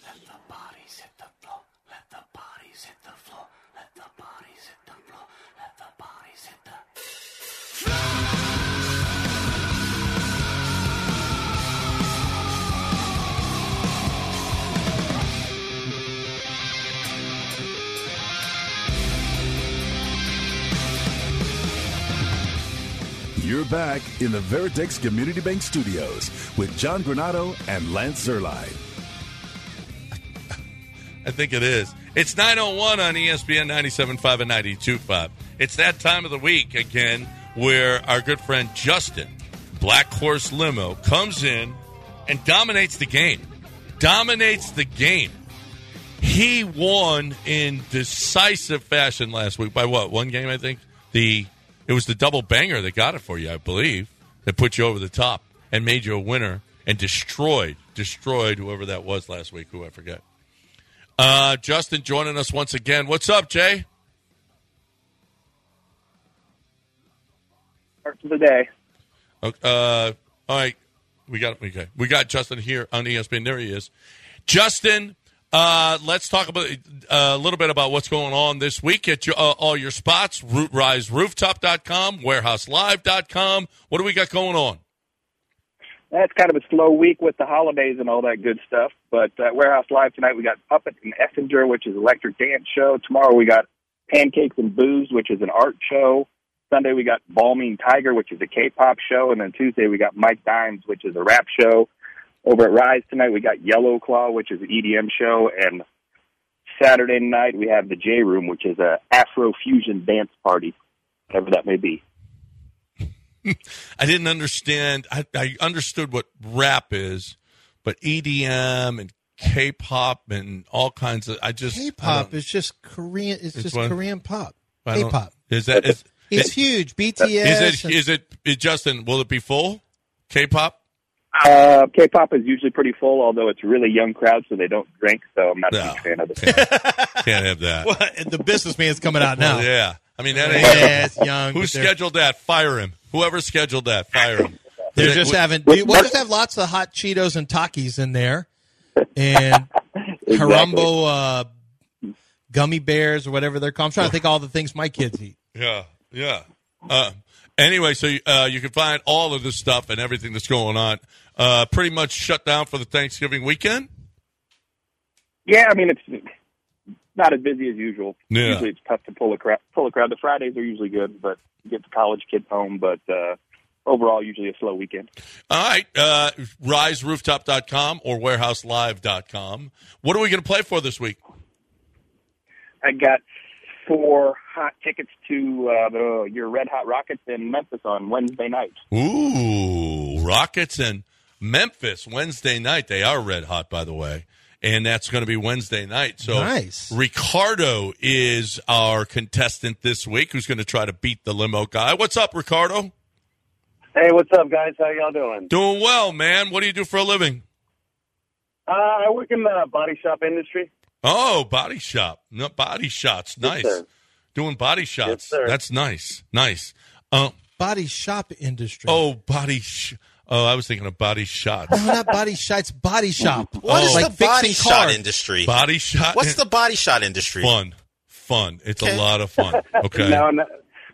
Let the bodies hit the floor. Let the bodies hit the floor. Let the bodies hit the floor. Let the bodies hit the You're back in the Veritex Community Bank Studios with John Granado and Lance Zerline. I think it is. It's 901 on E ESPN 97.5 and 92.5. It's that time of the week again where our good friend Justin, Black Horse Limo, comes in and dominates the game. Dominates the game. He won in decisive fashion last week by what? One game, I think. The it was the double banger that got it for you, I believe, that put you over the top and made you a winner and destroyed destroyed whoever that was last week, who I forget. Uh, Justin joining us once again. What's up, Jay? start to the day. Okay, Uh, all right, we got okay. We got Justin here on E ESPN. There he is, Justin. Uh, let's talk about uh, a little bit about what's going on this week at your, uh, all your spots: RootRiseRooftop.com, WarehouseLive.com. What do we got going on? That's kind of a slow week with the holidays and all that good stuff. But uh, Warehouse Live tonight, we got Puppet and Effinger, which is electric dance show. Tomorrow we got Pancakes and Booze, which is an art show. Sunday we got Balming Tiger, which is a K-pop show, and then Tuesday we got Mike Dimes, which is a rap show. Over at Rise tonight we got Yellow Claw, which is an EDM show, and Saturday night we have the J Room, which is a Afro fusion dance party, whatever that may be. I didn't understand. I, I understood what rap is, but EDM and K-pop and all kinds of. I just I K-pop don't- is just Korean. It's, just what? Korean pop. I don't- K-pop. is that is, It's is, huge. BTS. is it and- is it is Justin? Will it be full? K-pop. Uh, K-pop is usually pretty full, although it's a really young crowd, so they don't drink. So I'm not a No. huge fan of it. Can't have that. What? The businessman's coming out now. Well, yeah. I mean, that ain't. Yeah, it's young. Who but they're- scheduled that? Fire him. Whoever scheduled that, fire him. They're just having. We'll just have lots of hot Cheetos and Takis in there, and Harambo uh, gummy bears or whatever they're called. I'm trying to think of all the things my kids eat. Yeah, yeah. Uh, anyway, so uh, you can find all of this stuff and everything that's going on. Uh, pretty much shut down for the Thanksgiving weekend. Yeah, I mean it's not as busy as usual. Yeah. Usually it's tough to pull a crowd. Pull a crowd. The Fridays are usually good, but you get the college kids home. But uh, overall, usually a slow weekend. All right, uh, riserooftop.com or warehouselive.com. What are we going to play for this week? I got four hot tickets to uh, the, your Red Hot Rockets in Memphis on Wednesday night. Ooh, Rockets and Memphis Wednesday night. They are red hot, by the way. And that's going to be Wednesday night. So Nice. Ricardo is our contestant this week who's going to try to beat the limo guy. What's up, Ricardo? Hey, what's up, guys? How y'all doing? Doing well, man. What do you do for a living? Uh, I work in the body shop industry. Oh, body shop. No, body shots. Nice. sir. Doing body shots. sir. That's nice. Nice. Oh, Body shop industry. oh, body. Sh- oh, I was thinking of body shots. No, not body shop. It's body shop. What is Oh. like the body fixing shot cars. industry? Body shot. What's the body shot industry? fun. Fun. It's a lot of fun. Okay. No, no,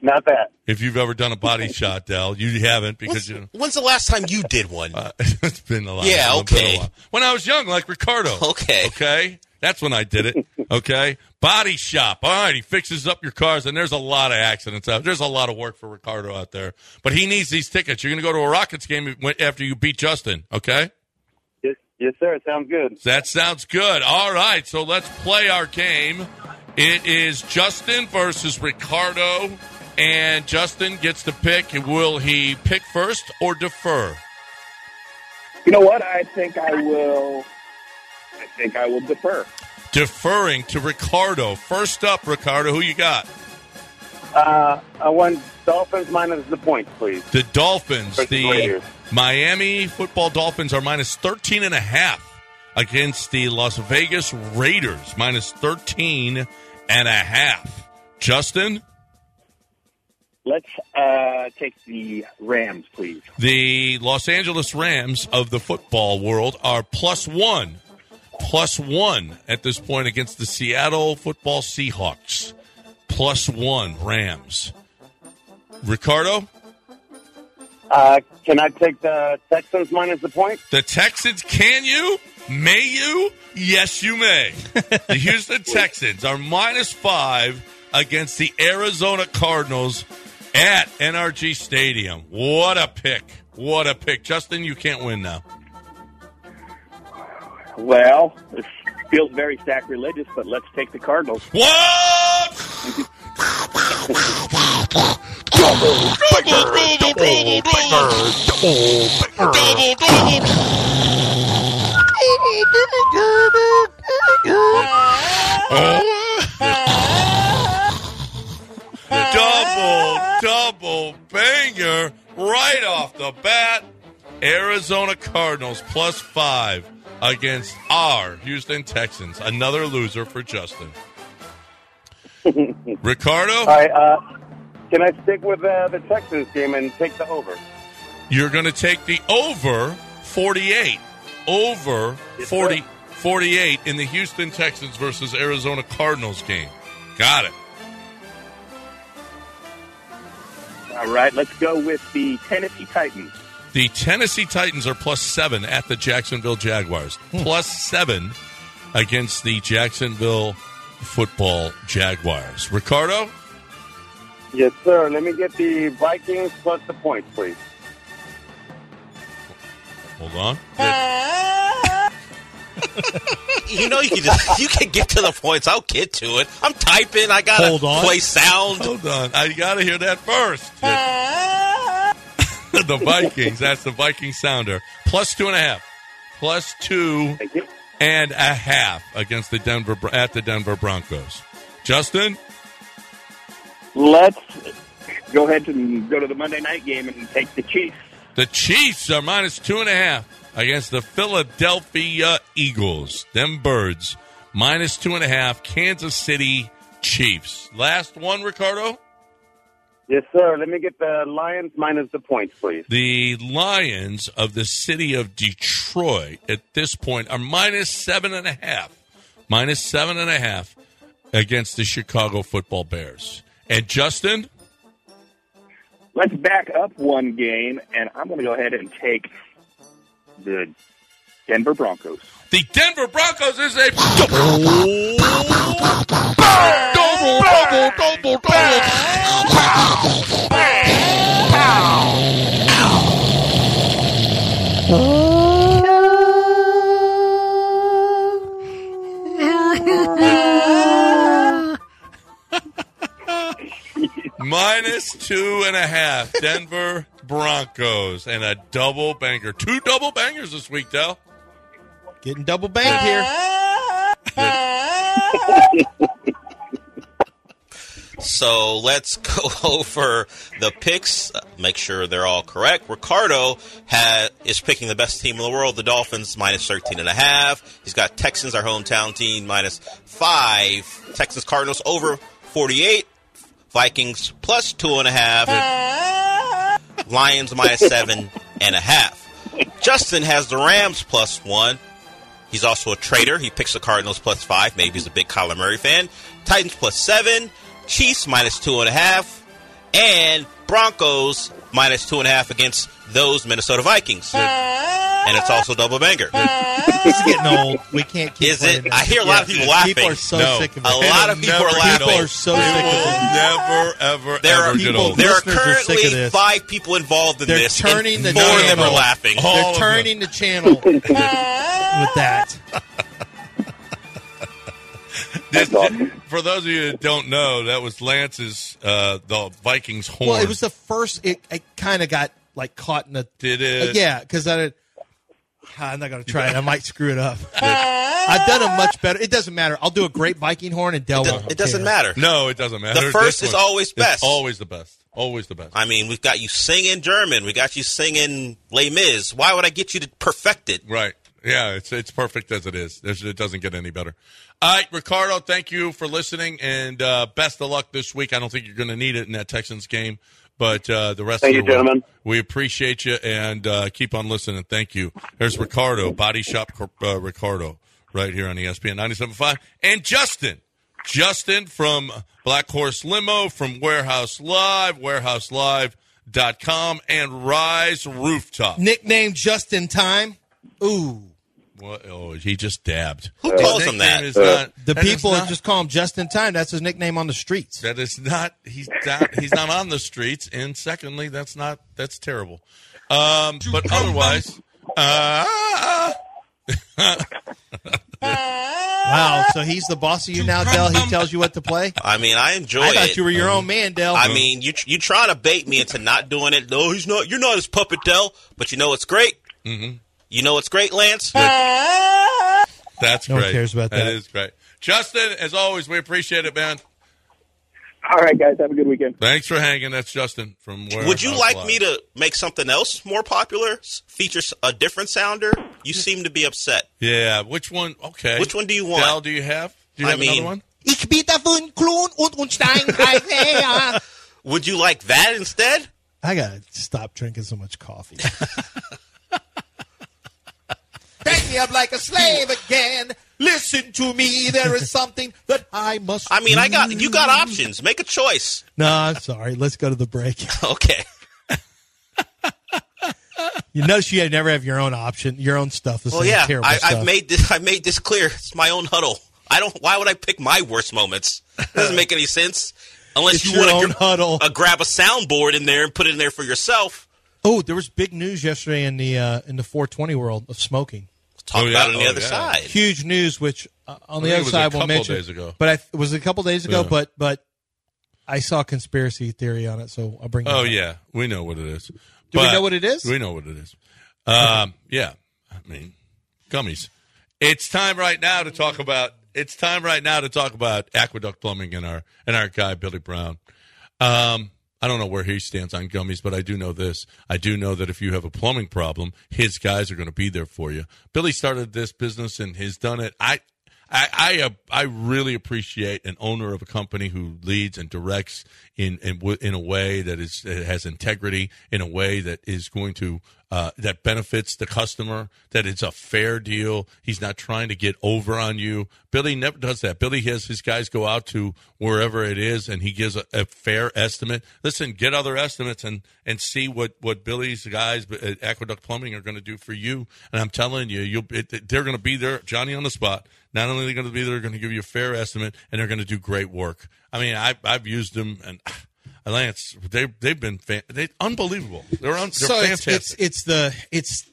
not that. If you've ever done a body shot, Dell, you haven't because When's, you. when's the last time you did one? Uh, it's been a lot. Yeah, It's been a okay. while. When I was young, like Ricardo. Okay. Okay. That's when I did it. Okay. Body shop. All right. He fixes up your cars, and there's a lot of accidents out. There's a lot of work for Ricardo out there, but he needs these tickets. You're going to go to a Rockets game when- after you beat Justin. Okay. Yes, yes, sir. It sounds good. That sounds good. All right, so let's play our game. It is Justin versus Ricardo, and Justin gets to pick. Will he pick first or defer? You know what? I think I will. I think I will defer. Deferring to Ricardo. First up, Ricardo, who you got? Uh, I want Dolphins minus the points, please. The Dolphins, Versus the Raiders. Miami football Dolphins are minus 13 and a half against the Las Vegas Raiders, minus 13 and a half. Justin, Let's uh, take the Rams, please. the Los Angeles Rams of the football world are plus one, plus one at this point against the Seattle football Seahawks. Plus one Rams. Ricardo? Uh, can I take the Texans minus the points? The Texans, can you? May you? Yes, you may. the Houston Texans are minus five against the Arizona Cardinals at NRG Stadium. What a pick. What a pick. Justin, you can't win now. Well, this feels very sacrilegious, but let's take the Cardinals. What? double, double banger right off the bat. Arizona Cardinals plus five against our Houston Texans. Another loser for Justin. Ricardo, All right. Uh, can I stick with uh, the Texans game and take the over? you're going to take the over 48. Over 40, 48 in the Houston Texans versus Arizona Cardinals game. Got it. All right, let's go with the Tennessee Titans. The Tennessee Titans are plus seven at the Jacksonville Jaguars. Plus seven against the Jacksonville football Jaguars. Ricardo, Yes, sir. Let me get the Vikings plus the points, please. hold on. You know, you can just you can get to the points. I'll get to it. I'm typing. I gotta Hold on. play sound. Hold on. I got to hear that first. the Vikings. That's the Viking sounder. Plus two and a half. Plus two Thank you. and a half against the Denver Bro- at the Denver Broncos. Justin, Let's go ahead and go to the Monday night game and take the Chiefs. The Chiefs are minus two and a half against the Philadelphia Eagles. Them birds, minus two and a half. Kansas City Chiefs. Last one, Ricardo. Yes, sir. Let me get the Lions minus the points, please. The Lions of the city of Detroit at this point are minus seven and a half. Minus seven and a half against the Chicago football Bears. And Justin, Let's back up one game, and I'm going to go ahead and take the Denver Broncos. The Denver Broncos is a double, double, double, double, double. Minus two and a half, Denver Broncos, and a double banger. Two double bangers this week, Dell. Getting double banked here. So let's go over the picks. uh, Make sure they're all correct. Ricardo ha is picking the best team in the world, the Dolphins, minus 13 and a half. He's got Texans, our hometown team, minus five. Texans Cardinals over 48. Vikings plus two and a half. and Lions minus seven and a half. Justin has the Rams plus one. He's also a trader. He picks the Cardinals plus five. Maybe he's a big Kyler Murray fan. Titans plus seven. Chiefs minus two and a half. And Broncos minus two and a half against those Minnesota Vikings. And it's also double banger. A It's getting old. We can't keep Is playing it? this. I hear a lot of people People laughing. are so No. sick of it. A lot of people are laughing. People are so It sick of it. will never, ever, There ever are get people- old. There are Listeners are sick of currently this. five people involved in They're this. turning and the four of them channel. are laughing. Oh. all They're of turning the channel with that. This- awesome. for those of you that don't know, that was Lance's uh, the Vikings horn. Well, it was the first. It, it kind of got like caught in a Did Yeah, it? 'cause yeah, because I did- "Ah, I'm not going to try it. I might screw it up. I've done a much better. It doesn't matter. I'll do a great Viking horn and Del. won't It doesn't care. matter. No, it doesn't matter. The first This is one always best. Always the best. Always the best. I mean, we've got you singing German. We got you singing Les Mis. Why would I get you to perfect it? Right. Yeah, it's it's perfect as it is. There's, it doesn't get any better. All right, Ricardo, thank you for listening and uh, best of luck this week. I don't think you're going to need it in that Texans game, but uh, the rest Thank of you, the way, gentlemen. we appreciate you and uh, keep on listening. Thank you. There's Ricardo, Body Shop Cor- uh, Ricardo, right here on E ESPN 97.5. And Justin, Justin from Black Horse Limo, from Warehouse Live, warehouselive.com, and Rise Rooftop. Nickname just in time. Ooh, What? Oh, he just dabbed. Who calls him that? Is not, the that is people not- just call him just in time. That's his nickname on the streets. that is not. He's not. He's not on the streets. And secondly, that's not. That's terrible. Um, but otherwise, uh, Wow. So he's the boss of you now, Del. He tells you what to play. I mean, I enjoy I thought it. you were your own man, Del. I mean, you you trying to bait me into not doing it? No, he's not. You're not his puppet, Dell. But you know what's great? Mm-hmm. You know what's great, Lance? that's No one great. cares about That that. is great. Justin, as always, we appreciate it, man. All right, guys, have a good weekend. Thanks for hanging. That's Justin from where. Would you like me to make something else more popular? S- Feature s- a different sounder? You seem to be upset. Yeah. Which one? Okay. Which one do you want? Dal, do you have? Do you I have mean- another one? ich bin davon klon und und stein. I Would you like that instead? gotta stop drinking so much coffee. Back me up like a slave again. Listen to me. There is something that I must. I mean, I got you got options. Make a choice. No, I'm sorry. Let's go to the break. Okay. You notice you never have your own option, your own stuff. This Well, is yeah. terrible I, stuff. I've made this. I made this clear. It's my own huddle. I don't. Why would I pick my worst moments? doesn't make any sense. Unless It's you your want own huddle. Uh, grab a soundboard in there and put it in there for yourself. oh, there was big news yesterday in the uh, in the 420 world of smoking. Talk Oh, yeah. about it on the Oh, other yeah. side. Huge news, which uh, on I think the it other was a side we'll couple mention. days ago. But I, it was a couple days ago. Yeah. But but I saw a conspiracy theory on it, so I'll bring. that Oh up. yeah, we know what it is. Do we know what it is? We know what it is. Um, yeah, I mean gummies. It's time right now to talk about. It's time right now to talk about aqueduct plumbing and our and our guy Billy Brown. Um, I don't know where he stands on gummies, but I do know this. I do know that if you have a plumbing problem, his guys are going to be there for you. Billy started this business and he's done it. I, I, I, uh, I really appreciate an owner of a company who leads and directs in in, w- in a way that is that has integrity, in a way that is going to uh, that benefits the customer, that it's a fair deal. He's not trying to get over on you. Billy never does that. Billy has his guys go out to wherever it is and he gives a, a fair estimate. Listen, get other estimates and, and see what, what Billy's guys at Aqueduct Plumbing are going to do for you. And I'm telling you, you'll, it, it- they're going to be there, Johnny on the spot. Not only are they going to be there, they're going to give you a fair estimate and they're going to do great work. I mean, I, I've used them and. Lance, they they've been fan, they unbelievable. They're, un, they're so it's, fantastic. it's it's the it's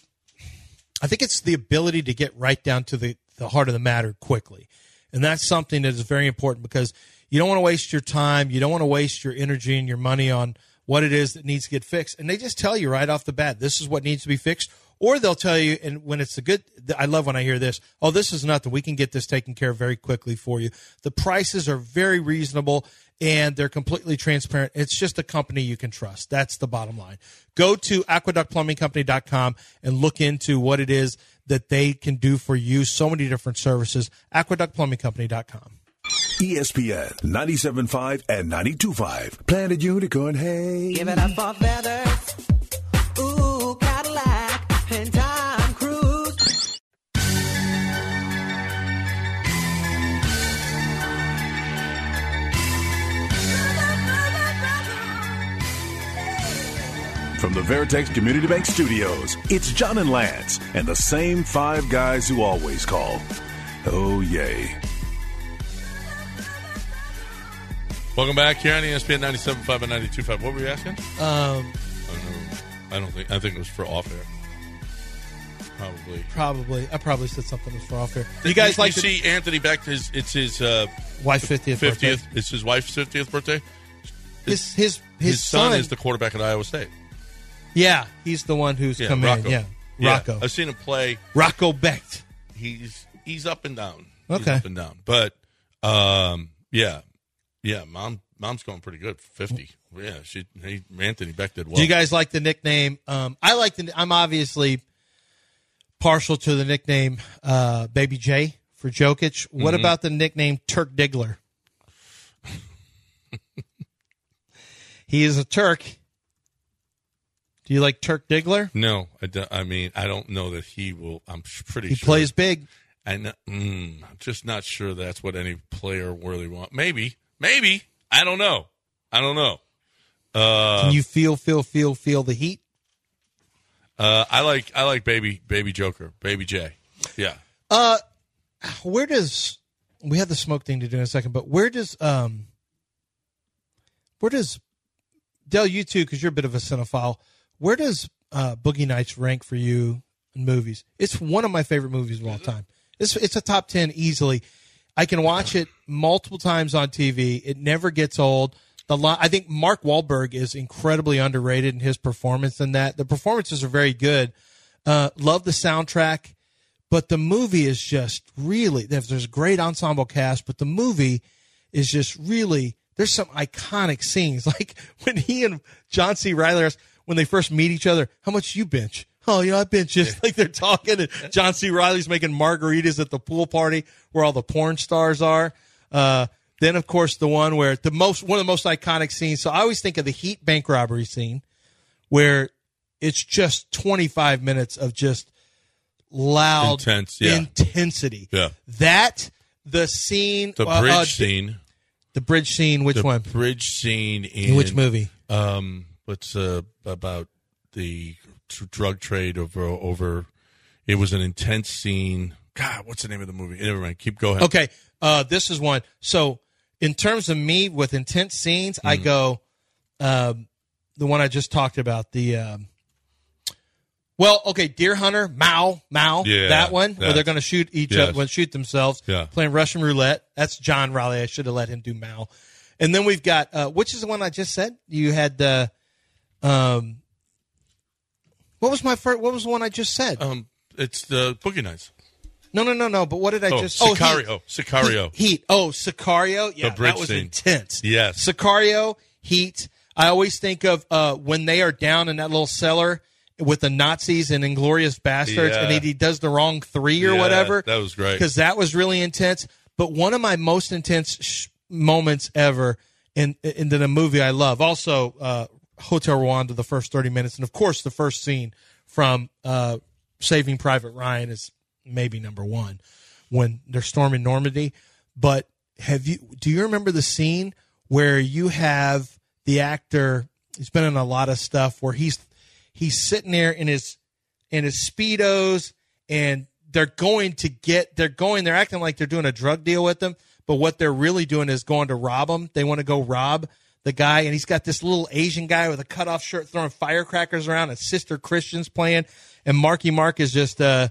I think it's the ability to get right down to the the heart of the matter quickly, and that's something that is very important because you don't want to waste your time, you don't want to waste your energy and your money on what it is that needs to get fixed, and they just tell you right off the bat this is what needs to be fixed, or they'll tell you and when it's a good I love when I hear this oh this is nothing we can get this taken care of very quickly for you the prices are very reasonable and they're completely transparent. It's just a company you can trust. That's the bottom line. Go to aqueductplumbingcompany.com and look into what it is that they can do for you. So many different services. aqueductplumbingcompany.com. E ESPN 97.5 and 92.5 planted unicorn hay. Give it up for feathers. Ooh, Cadillac and Tom Cruise. From the Veritex Community Bank Studios, it's John and Lance and the same five guys who always call. Oh, yay. Welcome back here on E ESPN 97.5 and 92.5. What were you asking? Um, I don't, know. I don't think. I think it was for off air. Probably. probably. I probably said something that's far off here. You guys like you to see Anthony back? to His it's his uh, wife 50th, fiftieth. birthday? it's his wife's fiftieth birthday. His, his, his, His, son, is the quarterback at Iowa State. Yeah, he's the one who's Yeah, come Rocco. in. Yeah. Rocco. I've seen him play. Rocco Becht. He's he's up and down. He's Okay. up and down. But um, yeah, yeah. Mom, mom's going pretty good. Fifty. Yeah, she. He, Anthony Beck did well. Do you guys like the nickname? Um, I like the. I'm obviously partial to the nickname uh, Baby J for Jokic. What Mm-hmm. about the nickname Turk Diggler? he is a Turk. Do you like Turk Diggler? no, I, don't- I mean I don't know that he will. I'm sh- pretty He sure plays big. I know, mm, I'm just not sure that's what any player really want. Maybe, maybe I don't know. I don't know. Can you feel, feel, feel, feel the heat? Uh, I like I like baby baby Joker baby J. Yeah, Where does we have the smoke thing to do in a second? But where does um, where does Dell you too? Because you're a bit of a cinephile. Where does uh, Boogie Nights rank for you in movies? It's one of my favorite movies of all time. It's it's a top ten easily. I can watch it multiple times on TV. It never gets old. The li- I think Mark Wahlberg is incredibly underrated in his performance in that. The performances are very good. Uh, love the soundtrack but the movie is just really there's there's a great ensemble cast but the movie is just really there's some iconic scenes like when he and john c riley are, when they first meet each other how much you bench oh you know i bench just like they're talking and john c riley's making margaritas at the pool party where all the porn stars are uh, then of course the one where the most one of the most iconic scenes so i always think of the heat bank robbery scene where it's just 25 minutes of just loud Intense, yeah. intensity. Yeah. That the scene the uh, bridge uh, scene, The bridge scene, which the one? bridge scene in, In which movie? Um, what's uh, about the tr- drug trade over over? It was an intense scene. God, what's the name of the movie? Never mind. Keep going. Okay. Uh this is one. So in terms of me with intense scenes, Hmm. I go um the one I just talked about, the um well, okay, Deer Hunter, Mao, Mao, Yeah, that one where they're that's- going to shoot each Yes. other, shoot themselves, Yeah. playing Russian roulette. That's John Riley. I should have let him do Mao. And then we've got uh, which is the one I just said. You had uh, um, what was my first? What was the one I just said? Um, it's the Boogie Nights. no, no, no, no. But what did I Oh, just? Sicario. Heat. Sicario. Heat. Heat. Oh, Sicario. Yeah, bridge that was scene. intense. Yes. Sicario. Heat. I always think of uh, when they are down in that little cellar with the Nazis and Inglorious Bastards, Yeah. and he, he does the wrong three or Yeah, whatever. that was great. because that was really intense. But one of my most intense sh- moments ever in in in a movie I love. Also, uh, Hotel Rwanda, the first thirty minutes, and of course the first scene from uh, Saving Private Ryan is maybe number one when they're storming Normandy. But have you? Do you remember the scene where you have the actor? He's been in a lot of stuff where he's he's sitting there in his in his speedos and they're going to get they're going they're acting like they're doing a drug deal with them but what they're really doing is going to rob him they want to go rob the guy and he's got this little asian guy with a cutoff shirt throwing firecrackers around and sister christian's playing and marky mark is just uh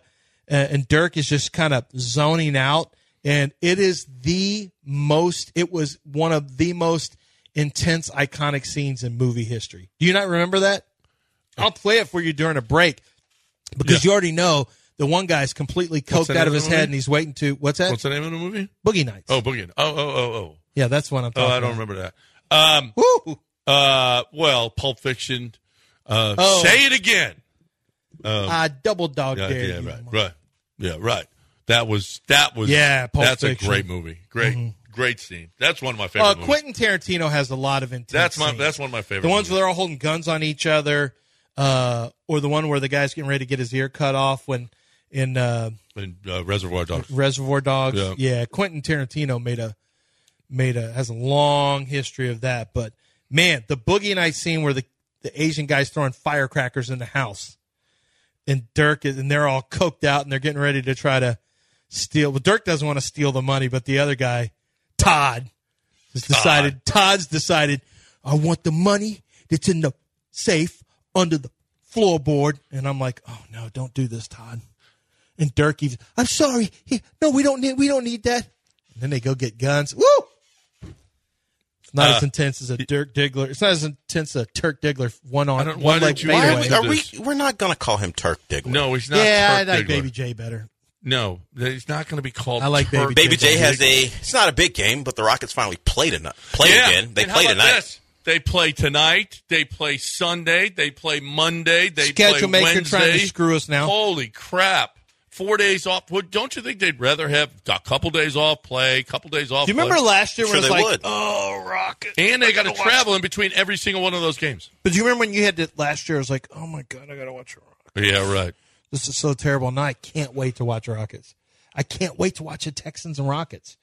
uh, and dirk is just kind of zoning out and it is the most it was one of the most intense iconic scenes in movie history do you not remember that I'll play it for you during a break because you already know the one guy's completely What's coked the out name of of his the head movie? and he's waiting to what's that? What's the name of the movie? Boogie Nights. Oh, Boogie. Oh, oh, oh, oh. yeah, that's one I'm Oh, talking. I don't about. remember that. Um, Woo! uh, well, Pulp Fiction. Uh, Oh. say it again. I double dog Oh. Yeah, dare yeah, you. right, right. Yeah, right. That was that was. Yeah, Pulp that's Fiction. Mm-hmm. a great movie. Great, great scene. That's one of my favorite. Uh, movies. Quentin Tarantino has a lot of intense. That's my. scenes. That's one of my favorite. the ones movies. where they're all holding guns on each other, uh, or the one where the guy's getting ready to get his ear cut off when in uh, in uh, Reservoir Dogs. Reservoir Dogs. Yeah. Quentin Tarantino made a made a has a long history of that. But man, the boogie night scene where the the Asian guys throwing firecrackers in the house, and Dirk is and they're all coked out and they're getting ready to try to steal. Well, Dirk doesn't want to steal the money, but the other guy, Todd, has decided. Todd's decided. I want the money that's in the safe under the floorboard, and I'm like, oh no, don't do this, Todd. And Dirk even, I'm sorry. He- no, we don't need we don't need that. And then they go get guns. Woo! Not Uh, as intense as a Dirk Diggler. It's not as intense as a Turk Diggler one I on don't- why one leg did you- why Are did fadeaway. we, you- are we, we're not going to call him Turk Diggler. No, he's not. yeah, Turk I like Diggler. Baby J better. No, he's not going to be called. I like Turk Baby Baby J J has Diggler. a. It's not a big game, but the Rockets finally played tonight. Played Yeah. again. They And how played about tonight. this? They play tonight. They play Sunday. They play Monday. They Schedule play maker Wednesday. trying to screw us now. Holy crap! Four days off. Well, don't you think they'd rather have a couple days off play, couple days off? Do you remember play? last year Sure when they it was like oh, would. And they got to travel in between every single one of those games. But do you remember when you had to last year? It was like, oh my god, I gotta watch. Rock. Yeah, right. This is so terrible. Now I can't wait to watch Rockets. I can't wait to watch the Texans and Rockets.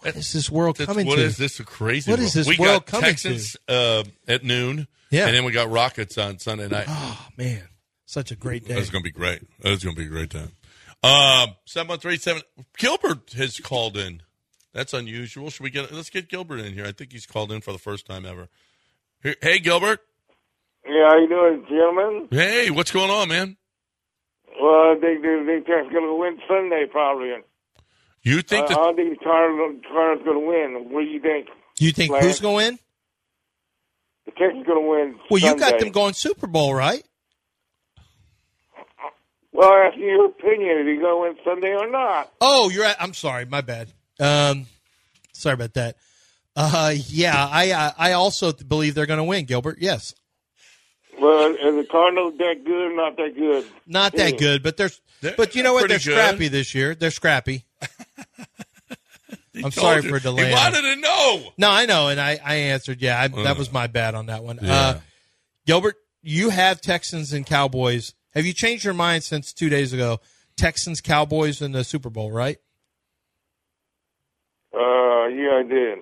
What is this world That's, coming what to? is this crazy? What world? is this we got world coming to? Texans uh, at noon. Yeah. and then we got Rockets on Sunday night. Oh man, such a great day. That's going to be great. That's going to be a great time. Um, seven one three seven. Gilbert has called in. That's unusual. Should we get? Let's get Gilbert in here. I think he's called in for the first time ever. Here- Hey, Gilbert. Yeah, how you doing, gentlemen? Hey, what's going on, man? Well, I think they, they Tech's going to win Sunday, probably. uh, You I, think that I think Cardinals going to win. What do you think? you think Larry. who's going to win? The Tech's going to win Well, you Sunday. got them going Super Bowl, right? Well, I ask you your opinion. Is he going to win Sunday or not? Oh, you're. At, I'm sorry. My bad. Um, sorry about that. Uh, yeah, I I, I also believe they're going to win, Gilbert. Yes, Well, is the Cardinals that good or not that good? Hmm. not that good, but they're, They're but you know what? They're pretty good. scrappy this year. They're scrappy. he I'm told sorry you- for delaying. He wanted to know. No, I know, and I, I answered. Yeah, I, that Uh, was my bad on that one. yeah. Uh, Gilbert, you have Texans and Cowboys. Have you changed your mind since two days ago? Texans, Cowboys, and the Super Bowl, right? Uh, yeah, I did.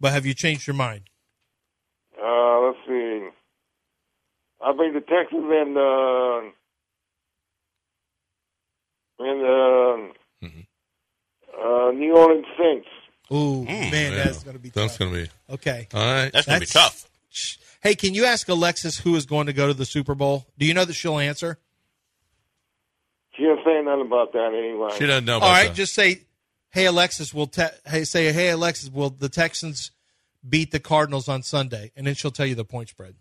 But have you changed your mind? Uh, let's see. I think the Texans and uh, and uh, Mm-hmm. uh, New Orleans Saints. Ooh, Mm. man, Yeah. that's going to be That's tough. going to be okay. all right. That's going to be That's- tough. Shh. Hey, can you ask Alexis who is going to go to the Super Bowl? Do you know that she'll answer? She didn't say nothing about that anyway. She doesn't know. About All right, that. just say, "Hey Alexis, will te- hey say hey Alexis, will the Texans beat the Cardinals on Sunday?" And then she'll tell you the point spread.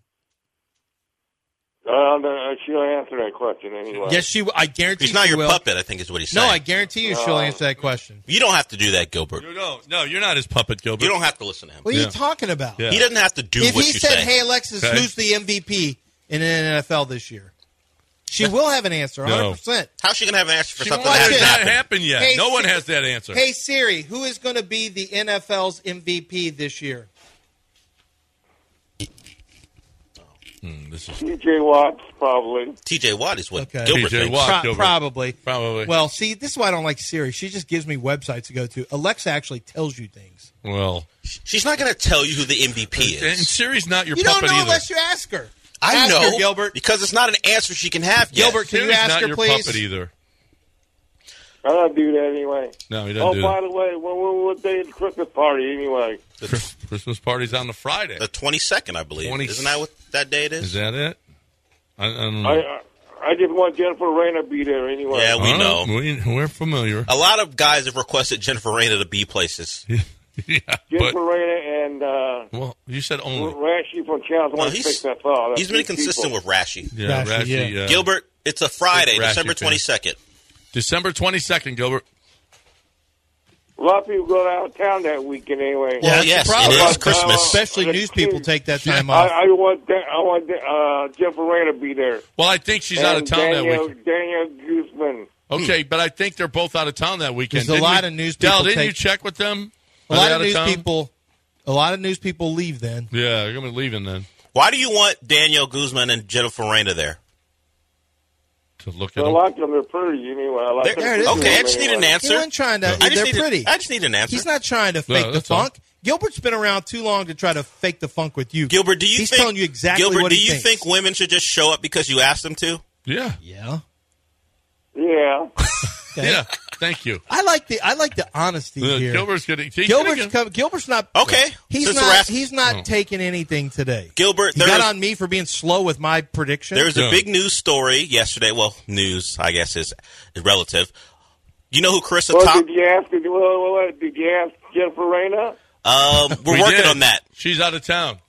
Uh, no, she'll answer that question anyway. Yes, she. w- I guarantee He's not she your will. puppet. I think is what he's No, saying. I guarantee you she'll answer that question. you don't have to do that, Gilbert. You don't. No, you're not his puppet, Gilbert. You don't have to listen to him. What are Yeah. you talking about? Yeah. He doesn't have to do If what he you said, say. "Hey Alexis, Okay. who's the MVP in the NFL this year?" She will have an answer, No. 100%. How's she going to have an answer for She something won't let that hasn't that happened? happen yet. Hey, no one Siri- has that answer. Hey Siri, who is going to be the NFL's MVP this year? Hmm, this is TJ Watts probably. T.J. Watt is what Okay. Gilbert T.J. thinks. Watt. Pro- Gilbert. probably. probably well. Well, see, this is why I don't like Siri. She just gives me websites to go to. Alexa actually tells you things. She's not going to tell you who the MVP and is. Siri's not your You puppet don't know either. unless you ask her. I Ask know, her, Gilbert. because it's not an answer she can have yet. Gilbert, can you Siri's ask not her, your please? puppet either. I don't do that anyway. No, he doesn't Oh, do that. by the way, what, what, what day is Christmas party anyway? The, Christmas party's on the Friday. the 22nd, I believe. 20 Isn't that what that date is? Is that it? I, I don't know. I, I I just want Jennifer Rayner to be there anyway. Yeah, we All know. Uh, right, Oh. We, we're familiar. A lot of guys have requested Jennifer Reyna to be places. yeah, Jennifer but Rayner and uh, well, you said only. Rashi from Channel Well, 26. he's- that's all. oh, That's He's been three consistent people. with Rashi. Yeah, Rashi, Rashi, yeah. yeah. Gilbert, it's a Friday, Big Rashi December fan. 22nd. December twenty second. Gilbert. A lot of people go out of town that weekend anyway. Well, that's the yes, problem. it is But, Christmas. uh, Especially Uh, news people take that uh, time I, off. I want that, I want uh, Jennifer Rayner to be there. Well, I think she's and out of town Daniel, that weekend. Daniel Guzman. Hmm. Okay, but I think they're both out of town that weekend. There's a Didn't lot you- of news Dell, people didn't take- you check with them? a Are they lot out of news town? people. A lot of news people leave then. Yeah, I'm gonna be leaving then Why do you want Daniel Guzman and Jennifer Reyna there? to look at I them. like them. They're pretty anyway. I like There- them there it is. pretty Okay, I women just need anyway. an He answer. wasn't trying to. I just they're need pretty. A, I just need an answer. He's not trying to fake the that's all. funk. Gilbert's been around too long to try to fake the funk with you. Gilbert, do you He's think telling you exactly Gilbert, what do he you thinks. think women should just show up because you asked them to? Yeah, Yeah. Yeah. Okay. yeah. Thank you. I like the I like the honesty Uh, here. Gilbert's gonna. he's gonna Gilbert's get- come, Gilbert's not Okay, He's since not we're asking- he's not Oh. taking anything today. Gilbert, He there got is- on me for being slow with my prediction. There was Yeah. a big news story yesterday. Well, news, I guess, is, is relative. You know who Carissa Well, Top? did you ask? Did you, well, well, did you ask Jennifer Reyna? Um, we're We working did. on that. She's out of town.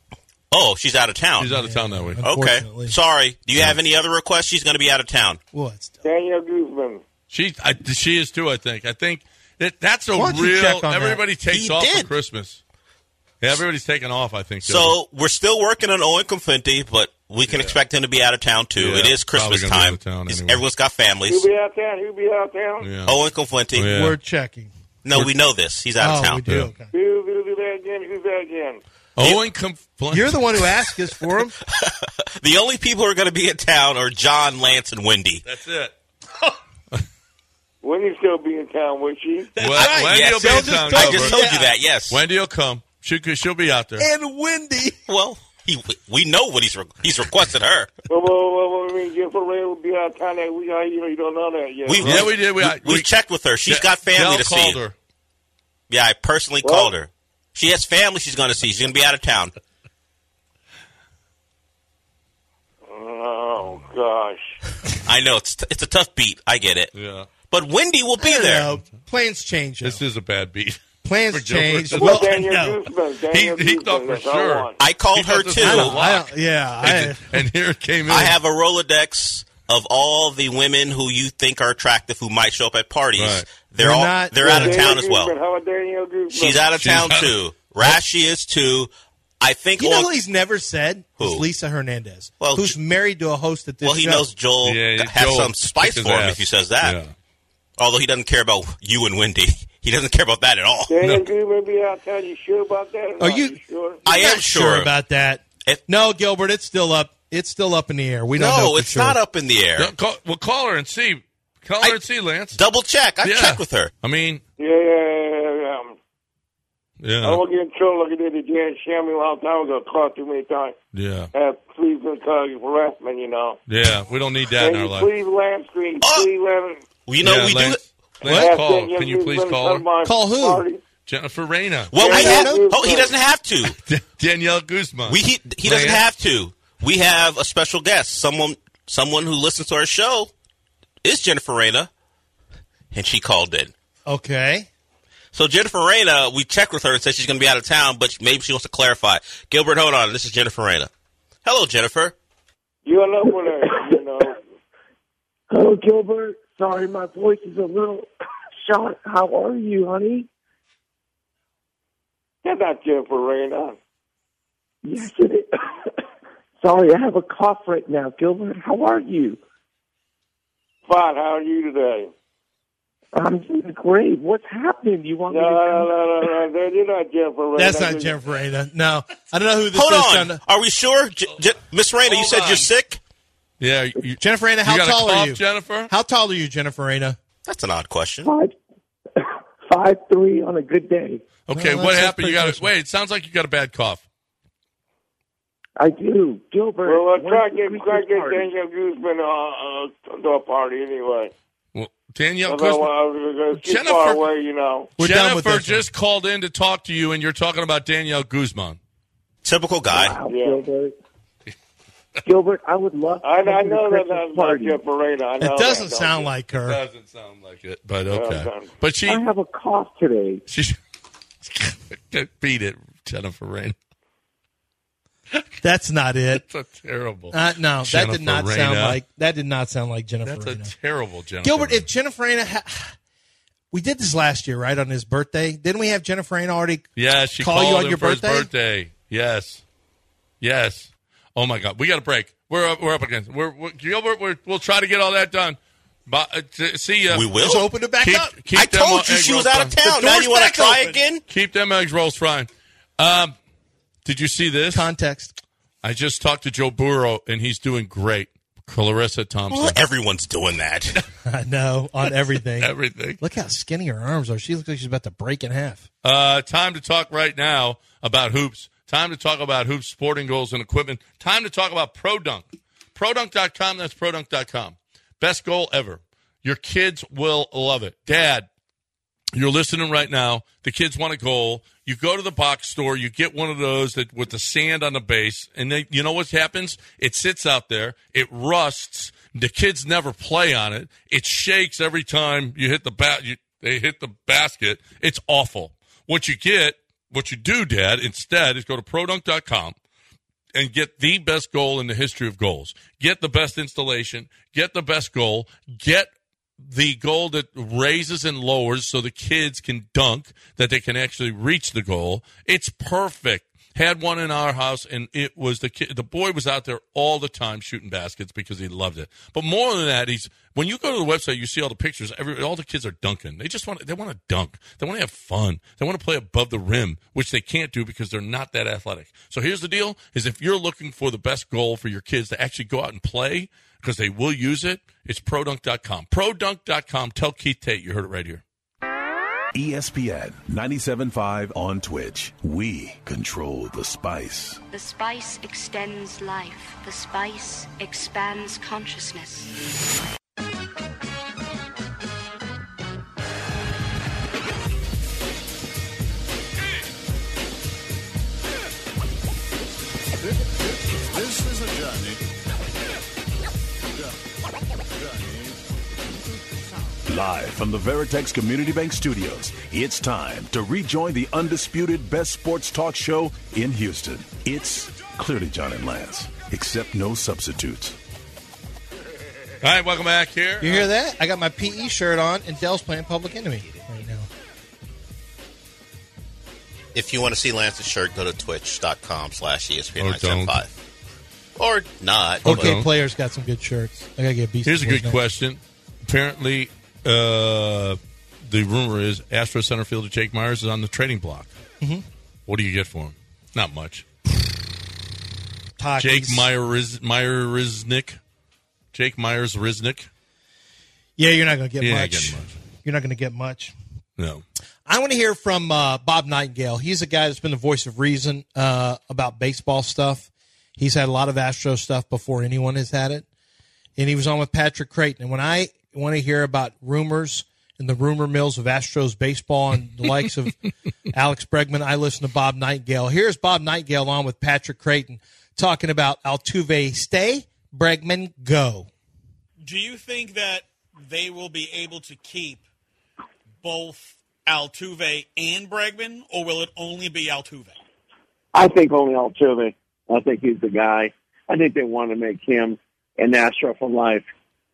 Oh, she's out of town. She's out of town that week. okay. Unfortunately. Sorry. Do you have any other requests? She's going to be out of town. Well, it's Daniel Guzman. She I, she is too. I think. I think that that's a Why don't you real. check on that? Everybody takes He off for did. Christmas. Yeah, everybody's taking off. I think. So we're still working on Owen Confenti, but we can expect him to be out of town too. Yeah, it is probably gonna Christmas be out time. of town It's- anyway. Everyone's got He'll families. be out town. He'll be out town. Yeah. Owen Confenti. Oh, Yeah. We're checking. No, we know this. He's out of oh, town. we do. Yeah. Okay. Do, do, do that again. Do that again. Owen compl- You're the one who asked us for him. The only people who are going to be in town are John, Lance, and Wendy. That's it. Wendy's still be in town, will she? Well, right. Wendy Yes, will be I'll in just town. I Cobra. just told you that. Yes. Wendy will come. She could, she'll be out there. and Wendy. Well, he, we know what he's re- he's requested her. well, well, well, well, I mean, Jennifer Ray will be out town that week. I, you know, you don't know that yet. We, Yeah, we did. We- we, we- checked with her. She's Yeah, got family Dell to called see. her. Yeah, I personally Well- called her. She has family she's going to see. She's going to be out of town. oh gosh. I know it's t- it's a tough beat. I get it. Yeah, But Wendy will be there. No, Uh, plans change. this though. is a bad beat. plans for change. Gilbert. Well, Well, Daniel no. Guzman. Daniel He- he Guzman, thought for that's all I sure. want. I He called her doesn't too. have I a don't, I lock. don't, yeah, I, And, and here it came in. I have a Rolodex of all the women who you think are attractive who might show up at parties. Right. They're We're all not- they're out of Daniel town as Guzman, well. How about Daniel Guzman? She's out of She's town out of- too. Rashi is too. I think you know on- who he's never said? Who? Is Lisa Hernandez, Well, who's J- married to a host at this well, he show. knows Joel Yeah, has Joel some spice kicked his for him ass. if he says that. Yeah. Although he doesn't care about you and Wendy, he doesn't care about that at all. Daniel Guzman be out town. You sure about that? or Are not? you- sure? I am Not sure about that. If- no, Gilbert, it's still up. It's still up in the air. We don't know. no, for it's sure. not up in the air. Yeah, call, well, call her and see. Call I- her and see, Lance. Double check. I Yeah. checked with her. I mean, Yeah, yeah, yeah, yeah. yeah. I yeah, don't get in trouble like I did to Jan Shammy a long time ago. Caught too many times. yeah, Uh, please don't call you harassment, you know. yeah. We don't need that And in our you life. please, Lamb Street, Oh! please, Lamb. You know yeah, we Lance, do. Lance, ask call. Daniel her. Can you please Guzman to call come her? by Call who? party. Jennifer Reyna, Well, Yeah, we yeah, have. dude. Oh, he doesn't have to. Danielle Guzman. We he, he doesn't Lance. have to. We have a special guest. Someone someone who listens to our show is Jennifer Reyna, and she called in. Okay. So Jennifer Reyna, we checked with her and said she's going to be out of town, but maybe she wants to clarify. Gilbert, hold on. This is Jennifer Reyna. Hello, Jennifer. You don't know what I, you know. Hello, Gilbert. Sorry, my voice is a little shot. How are you, honey? That's not Jennifer Reyna. Yes, it is. Sorry, I have a cough right now, Gilbert. How are you? Fine, how are you today? I'm doing great. What's happening? You want No, me no, to come? no, no, no, no. You're not Jennifer Reyna. That's not You're- Jennifer Reyna. No, I don't know who this Hold is. on. Jenna- Are we sure? J- J- Miss Reyna, you Hold said on. you're sick? yeah, you, you Jennifer Reyna, how got a tall cough, are you? Jennifer? How tall are you, Jennifer Reyna? That's an odd question. Five, five, three on a good day. Okay, Well, what that's happened? You got pretty a, wait. It sounds like you got a bad cough. I do, Gilbert. Well, well when's try to the get, Christmas try to get party? Daniel Guzman uh, uh, to a party anyway. Well, Danielle Otherwise, Guzman. we're going to Jennifer- far away, you know. We're done with Jennifer this just called in to talk to you, and you're talking about Danielle Guzman. Typical guy. Wow, Yeah. Oh, Gilbert. Gilbert, I would love. To I, I come to know the that Christmas that's not party. Jennifer Reyna. I One. Oh, know It doesn't that, sound don't like her. Doesn't sound like it, but okay. done. But she, I have a cough today. she beat it, Jennifer Rain. That's not it. That's a terrible. Uh, no, that Jennifer did not sound Reyna. like that did not sound like Jennifer. That's a Reyna. terrible Jennifer. Gilbert, Reyna. if Jennifer Reyna, ha- we did this last year, right on his birthday. Didn't we have Jennifer Reyna already? yeah, she call you called on him your for his birthday? birthday. Yes, yes. Oh my God, we got a break. We're up, we're up against. We're, we're Gilbert. We're, we'll try to get all that done. But, uh, t- see ya. We will. Just open it back Keep- up. keep I them all told you egg she was rolls out of frying. town. The Now door's you want to back try open. again? Keep them egg rolls frying. Um, did you see this? Context. I just talked to Joe Burrow, and he's doing great. Clarissa Thompson, Well, everyone's doing that. I know on everything. everything. Look how skinny her arms are. She looks like she's about to break in half. Uh, time to talk right now about hoops. Time to talk about hoops, sporting goals, and equipment. Time to talk about ProDunk. ProDunk.com, that's ProDunk.com. Best goal ever. Your kids will love it. Dad, you're listening right now. The kids want a goal. You go to the box store, you get one of those that with the sand on the base, and then you know what happens? It sits out there, it rusts. The kids never play on it. It shakes every time you hit the bat. You, they hit the basket. It's awful. What you get What you do, Dad, instead is go to produnk.com and get the best goal in the history of goals. Get the best installation, get the best goal, get the goal that raises and lowers so the kids can dunk, that they can actually reach the goal. It's perfect. Had one in our house, and it was the kid. The boy was out there all the time shooting baskets because he loved it. But more than that, he's when you go to the website, you see all the pictures. Every all the kids are dunking. They just want they want to dunk. They want to have fun. They want to play above the rim, which they can't do because they're not that athletic. So here's the deal: is if you're looking for the best goal for your kids to actually go out and play because they will use it, it's produnk.com. Produnk.com. Tell Keith Tate you heard it right here. E ESPN 975 on Twitch. We control the spice. The spice extends life. The spice expands consciousness. This is a journey. Live from the Veritex Community Bank Studios, it's time to rejoin the undisputed best sports talk show in Houston. It's clearly John and Lance, except no substitutes. All right, welcome back here. You hear that? I got my PE shirt on, and Dell's playing Public Enemy right now. If you want to see Lance's shirt, go to twitch.com slash E ESPN Or don't. 975. Or not. Okay, but- players got some good shirts. I gotta get Beastie Here's a Boys good now. question. Apparently, uh, the rumor is Astro center fielder Jake Myers is on the trading block. Mhm. What do you get for him? Not much. Takis. Jake Myers, Myersnick. Jake Myers Riznick. Yeah, you're not gonna get You're not much. getting much. You're not gonna get much. No. I want to hear from uh, Bob Nightingale. He's a guy that's been the voice of reason uh, about baseball stuff. He's had a lot of Astro stuff before anyone has had it, and he was on with Patrick Creighton. And when I want to hear about rumors and the rumor mills of Astros baseball and the likes of Alex Bregman, I listen to Bob Nightingale. Here's Bob Nightingale on with Patrick Creighton talking about Altuve stay, Bregman go. Do you think that they will be able to keep both Altuve and Bregman, or will it only be Altuve? I think only Altuve. I think he's the guy. I think they want to make him an Astro for life.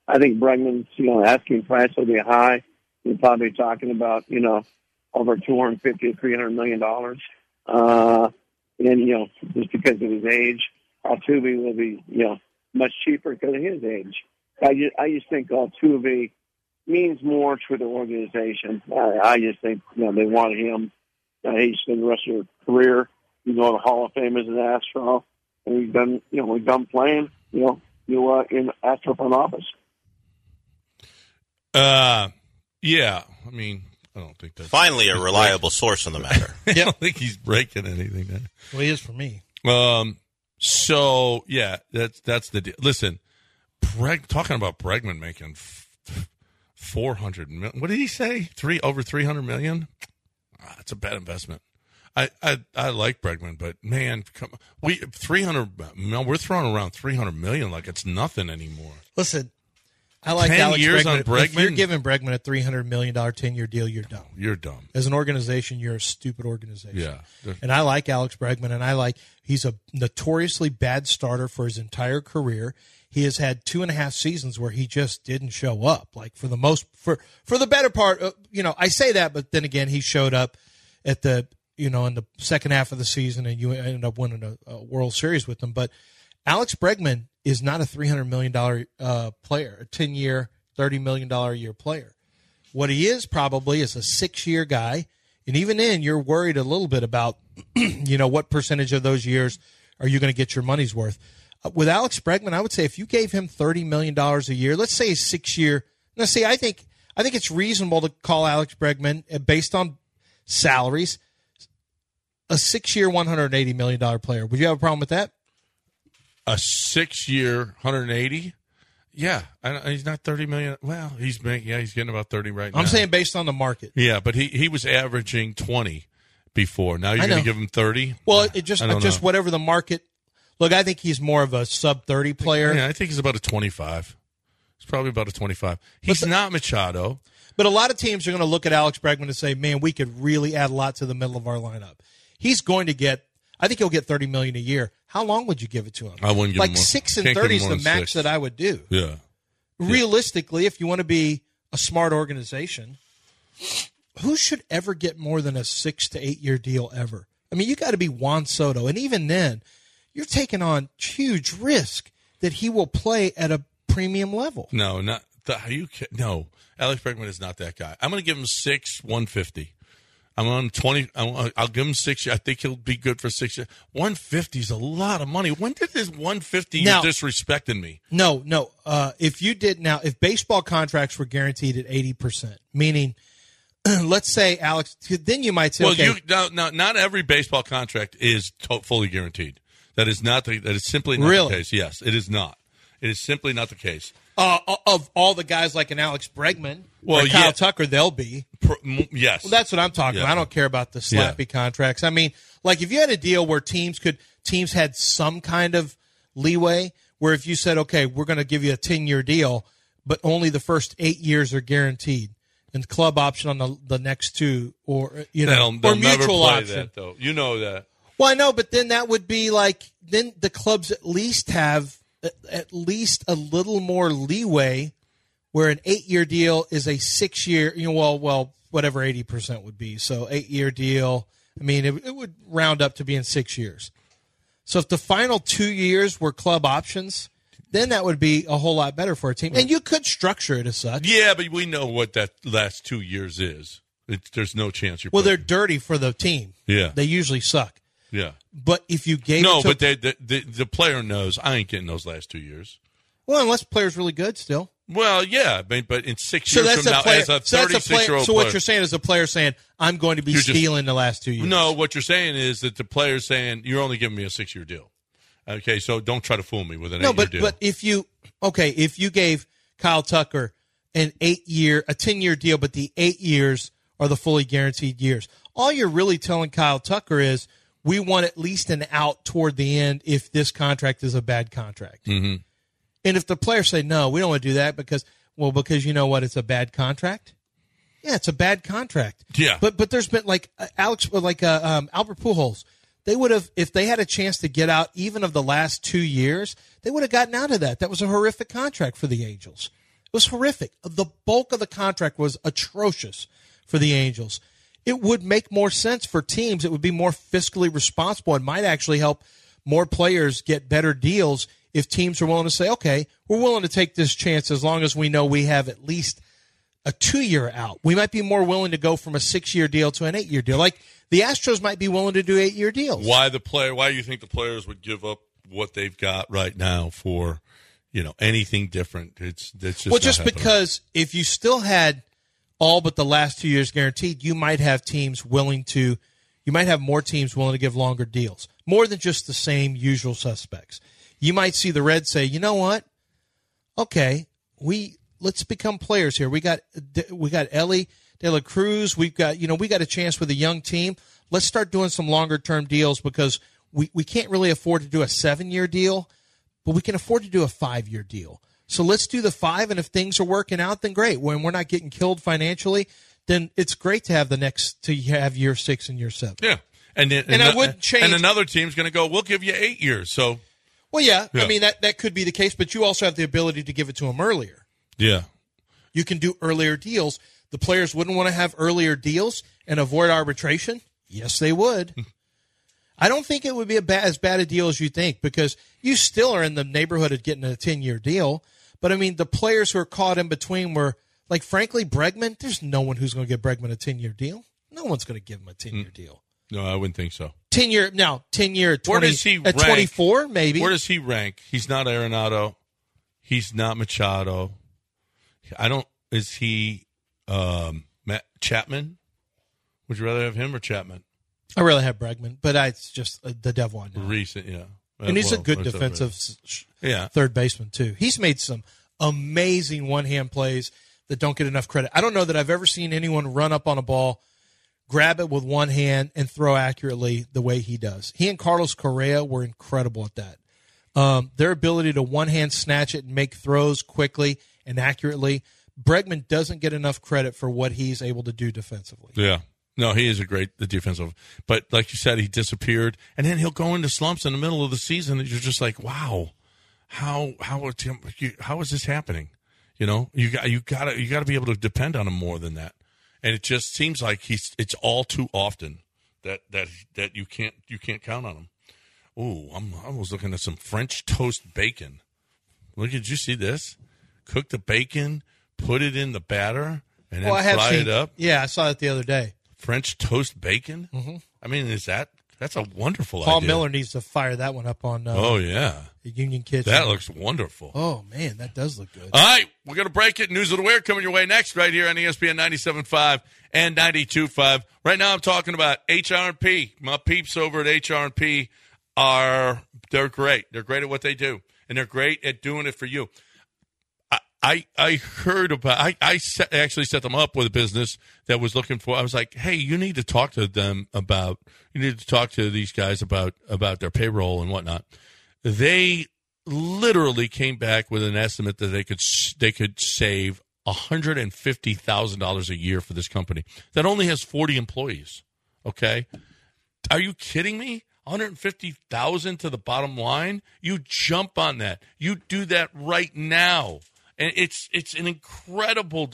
I think Bregman's, you know, asking price will be high. You're probably talking about, you know, over two hundred fifty, three hundred million dollars. Uh, and you know, just because of his age, Altuve will be, you know, much cheaper because of his age. I just, I just think Altuve means more to the organization. I, I just think, you know, they want him. Uh, he's been the rest of his career. You know, the Hall of Fame is an Astro, and he's done. You know, we've done playing. You know, you uh, in Astro front office. Uh, yeah. I mean, I don't think that's Finally, a reliable source on the matter. I don't think he's breaking anything. There. Well, he is for me. Um. So yeah, that's that's the deal. Listen, Breg, talking about Bregman making f- four hundred million. What did he say? Three over three hundred million. Ah, it's a bad investment. I, I I like Bregman, but man, come, we three hundred. We're throwing around three hundred million like it's nothing anymore. Listen, I like 10 Alex years Bregman. on If you're Bregman? giving Bregman a three hundred million dollar ten year deal, you're dumb. You're dumb. As an organization, you're a stupid organization. Yeah. And I like Alex Bregman, and I like he's a notoriously bad starter for his entire career. He has had two and a half seasons where he just didn't show up. Like for the most for for the better part, uh, you know, I say that, but then again, he showed up at the you know in the second half of the season, and you ended up winning a, a World Series with them. But Alex Bregman is not a three hundred million dollar uh, player, a ten year, thirty million dollar a year player. What he is probably is a six year guy. And even then, you're worried a little bit about, you know, what percentage of those years are you going to get your money's worth? Uh, With Alex Bregman, I would say if you gave him $30 million a year, let's say a six year. Now, see, I think, I think it's reasonable to call Alex Bregman uh, based on salaries, a six year, $180 million player. Would you have a problem with that? A six year, hundred eighty. Yeah, I, he's not thirty million. Well, he's making. Yeah, he's getting about thirty right now. I'm saying based on the market. Yeah, but he, he was averaging 20 before. Now I you're going know. to give him 30? Well, it just, I don't just know. whatever the market. Look, I think he's more of a sub 30 player. Yeah, I think he's about a 25. He's probably about a 25. He's not Machado. But a lot of teams are going to look at Alex Bregman and say, "Man, we could really add a lot to the middle of our lineup." He's going to get. I think he'll get thirty million a year. How long would you give it to him? I wouldn't give like him more. six and Can't give thirty him is more the than max six. that I would do. Yeah. Realistically, if you want to be a smart organization, who should ever get more than a six to eight year deal ever? I mean, you got to be Juan Soto, and even then, you're taking on huge risk that he will play at a premium level. No, not the, are you. ki- No, Alex Bregman is not that guy. I'm going to give him six one fifty. I'm on twenty. I'm, I'll give him six. I think he'll be good for six. One fifty is a lot of money. When did this one fifty? You're Now- disrespecting me. No, no. Uh, if you did now, if baseball contracts were guaranteed at eighty percent, meaning, let's say Alex, then you might say, well, okay, you no, no, not every baseball contract is to- fully guaranteed. That is not the. That is simply not Really? the case. Yes, it is not. It is simply not the case. uh, of all the guys like an Alex Bregman, Well, well, Kyle yeah. Tucker, they'll be. Pro- m- yes. Well, that's what I'm talking Yeah. about. I don't care about the slappy contracts. I mean, like if you had a deal where teams could teams had some kind of leeway, where if you said, okay, we're going to give you a 10 year deal, but only the first eight years are guaranteed, and club option on the the next two, or you know, They'll- or they'll never mutual play option. that, though. You know that. Well, I know, but then that would be like then the clubs at least have a- at least a little more leeway, where an eight-year deal is a six-year. You know, well, well, whatever eighty percent would be. So eight-year deal. I mean, it, it would round up to being six years. So if the final two years were club options, then that would be a whole lot better for a team, and you could structure it as such. Yeah, but we know what that last two years is. It, there's no chance you're. Well, they're dirty for the team. Yeah. they usually suck. yeah. But if you gave No, it to but they, the, the the player knows I ain't getting those last two years. well, unless the player's really good still. Well, yeah, but, but in six So years that's from now, a player. as a so that's a 36 player. year old So what you're saying is a player saying, "I'm going to be You're just- stealing the last two years." No, what you're saying is that the player's saying you're only giving me a six year deal. Okay, so don't try to fool me with an eight no, year but deal. but if you okay, if you gave Kyle Tucker an eight year, a ten year deal, but the eight years are the fully guaranteed years. All you're really telling Kyle Tucker is, we want at least an out toward the end if this contract is a bad contract. hmm And if the players say no, we don't want to do that because well, because you know what, it's a bad contract. Yeah, it's a bad contract. Yeah. But but there's been like uh, Alex or like uh, um, Albert Pujols. They would have if they had a chance to get out even of the last two years, they would have gotten out of that. That was a horrific contract for the Angels. It was horrific. The bulk of the contract was atrocious for the Angels. It would make more sense for teams. It would be more fiscally responsible and might actually help more players get better deals if teams are willing to say, okay, we're willing to take this chance as long as we know we have at least a two year out. We might be more willing to go from a six year deal to an eight year deal. Like the Astros might be willing to do eight year deals. Why the player? Why do you think the players would give up what they've got right now for, you know, anything different? It's that's just well, not just happening. because if you still had all but the last two years guaranteed, you might have teams willing to, you might have more teams willing to give longer deals, more than just the same usual suspects. You might see the Reds say, you know what? Okay, we let's become players here. We got we got Ellie De La Cruz. We've got you know we got a chance with a young team. Let's start doing some longer term deals because we we can't really afford to do a seven year deal but we can afford to do a five year deal. So let's do the five, and if things are working out, then great. When we're not getting killed financially, then it's great to have the next to have year six and year seven. yeah, and then, And I ano- wouldn't change- And another team's going to go. We'll give you eight years. So Well, yeah, Yeah. I mean that that could be the case, but you also have the ability to give it to them earlier. yeah, You can do earlier deals. The players wouldn't want to have earlier deals and avoid arbitration. Yes, they would. I don't think it would be a ba- as bad a deal as you think because you still are in the neighborhood of getting a 10 year deal. But I mean, the players who are caught in between were like, frankly, Bregman, there's no one who's going to give Bregman a 10 year deal. No one's going to give him a 10 year deal. no, I wouldn't think so. 10 year, now, 10 year at, Hmm. Where 20, does he at rank? 24, maybe. Where does he rank? He's not Arenado. He's not Machado. I don't. Is he um, Matt Chapman? Would you rather have him or Chapman? I really have Bregman, but I, it's just uh, the devil I know. Recent, yeah. And he's a Well, good that's defensive right. s- sh- Yeah. third baseman too. He's made some amazing one-hand plays that don't get enough credit. I don't know that I've ever seen anyone run up on a ball, grab it with one hand and throw accurately the way he does. He and Carlos Correa were incredible at that. Um, their ability to one-hand snatch it and make throws quickly and accurately. Bregman doesn't get enough credit for what he's able to do defensively. Yeah, No, he is a great the defensive. But like you said, he disappeared, and then he'll go into slumps in the middle of the season. That you're just like, wow, how how is him- you- how is this happening? You know, you got you got to you got to be able to depend on him more than that. And it just seems like he's it's all too often that that that you can't you can't count on him. Ooh, I'm I was looking at some French toast bacon. Look, did you see this? Cook the bacon, put it in the batter, and then well, I have fry seen, it up. Yeah, I saw that the other day. French toast bacon. Mhm. I mean, is that that's a wonderful Paul idea. Miller needs to fire that one up on. Uh, Oh, yeah. the Union Kitchen. That looks wonderful. Oh man, that does look good. All right, we're going to break it. News of the Wear coming your way next, right here on E ESPN 97.5 and 92.5. Right now, I'm talking about HR&P. My peeps over at HR&P are, they're great. They're great at what they do, and they're great at doing it for you. I- I, I heard about I, I set, actually set them up with a business that was looking for I was like hey you need to talk to them about you need to talk to these guys about about their payroll and whatnot they literally came back with an estimate that they could s- they could save hundred and fifty thousand dollars a year for this company that only has forty employees okay are you kidding me? 150,000 to the bottom line? You jump on that. You do that right now. And it's it's an incredible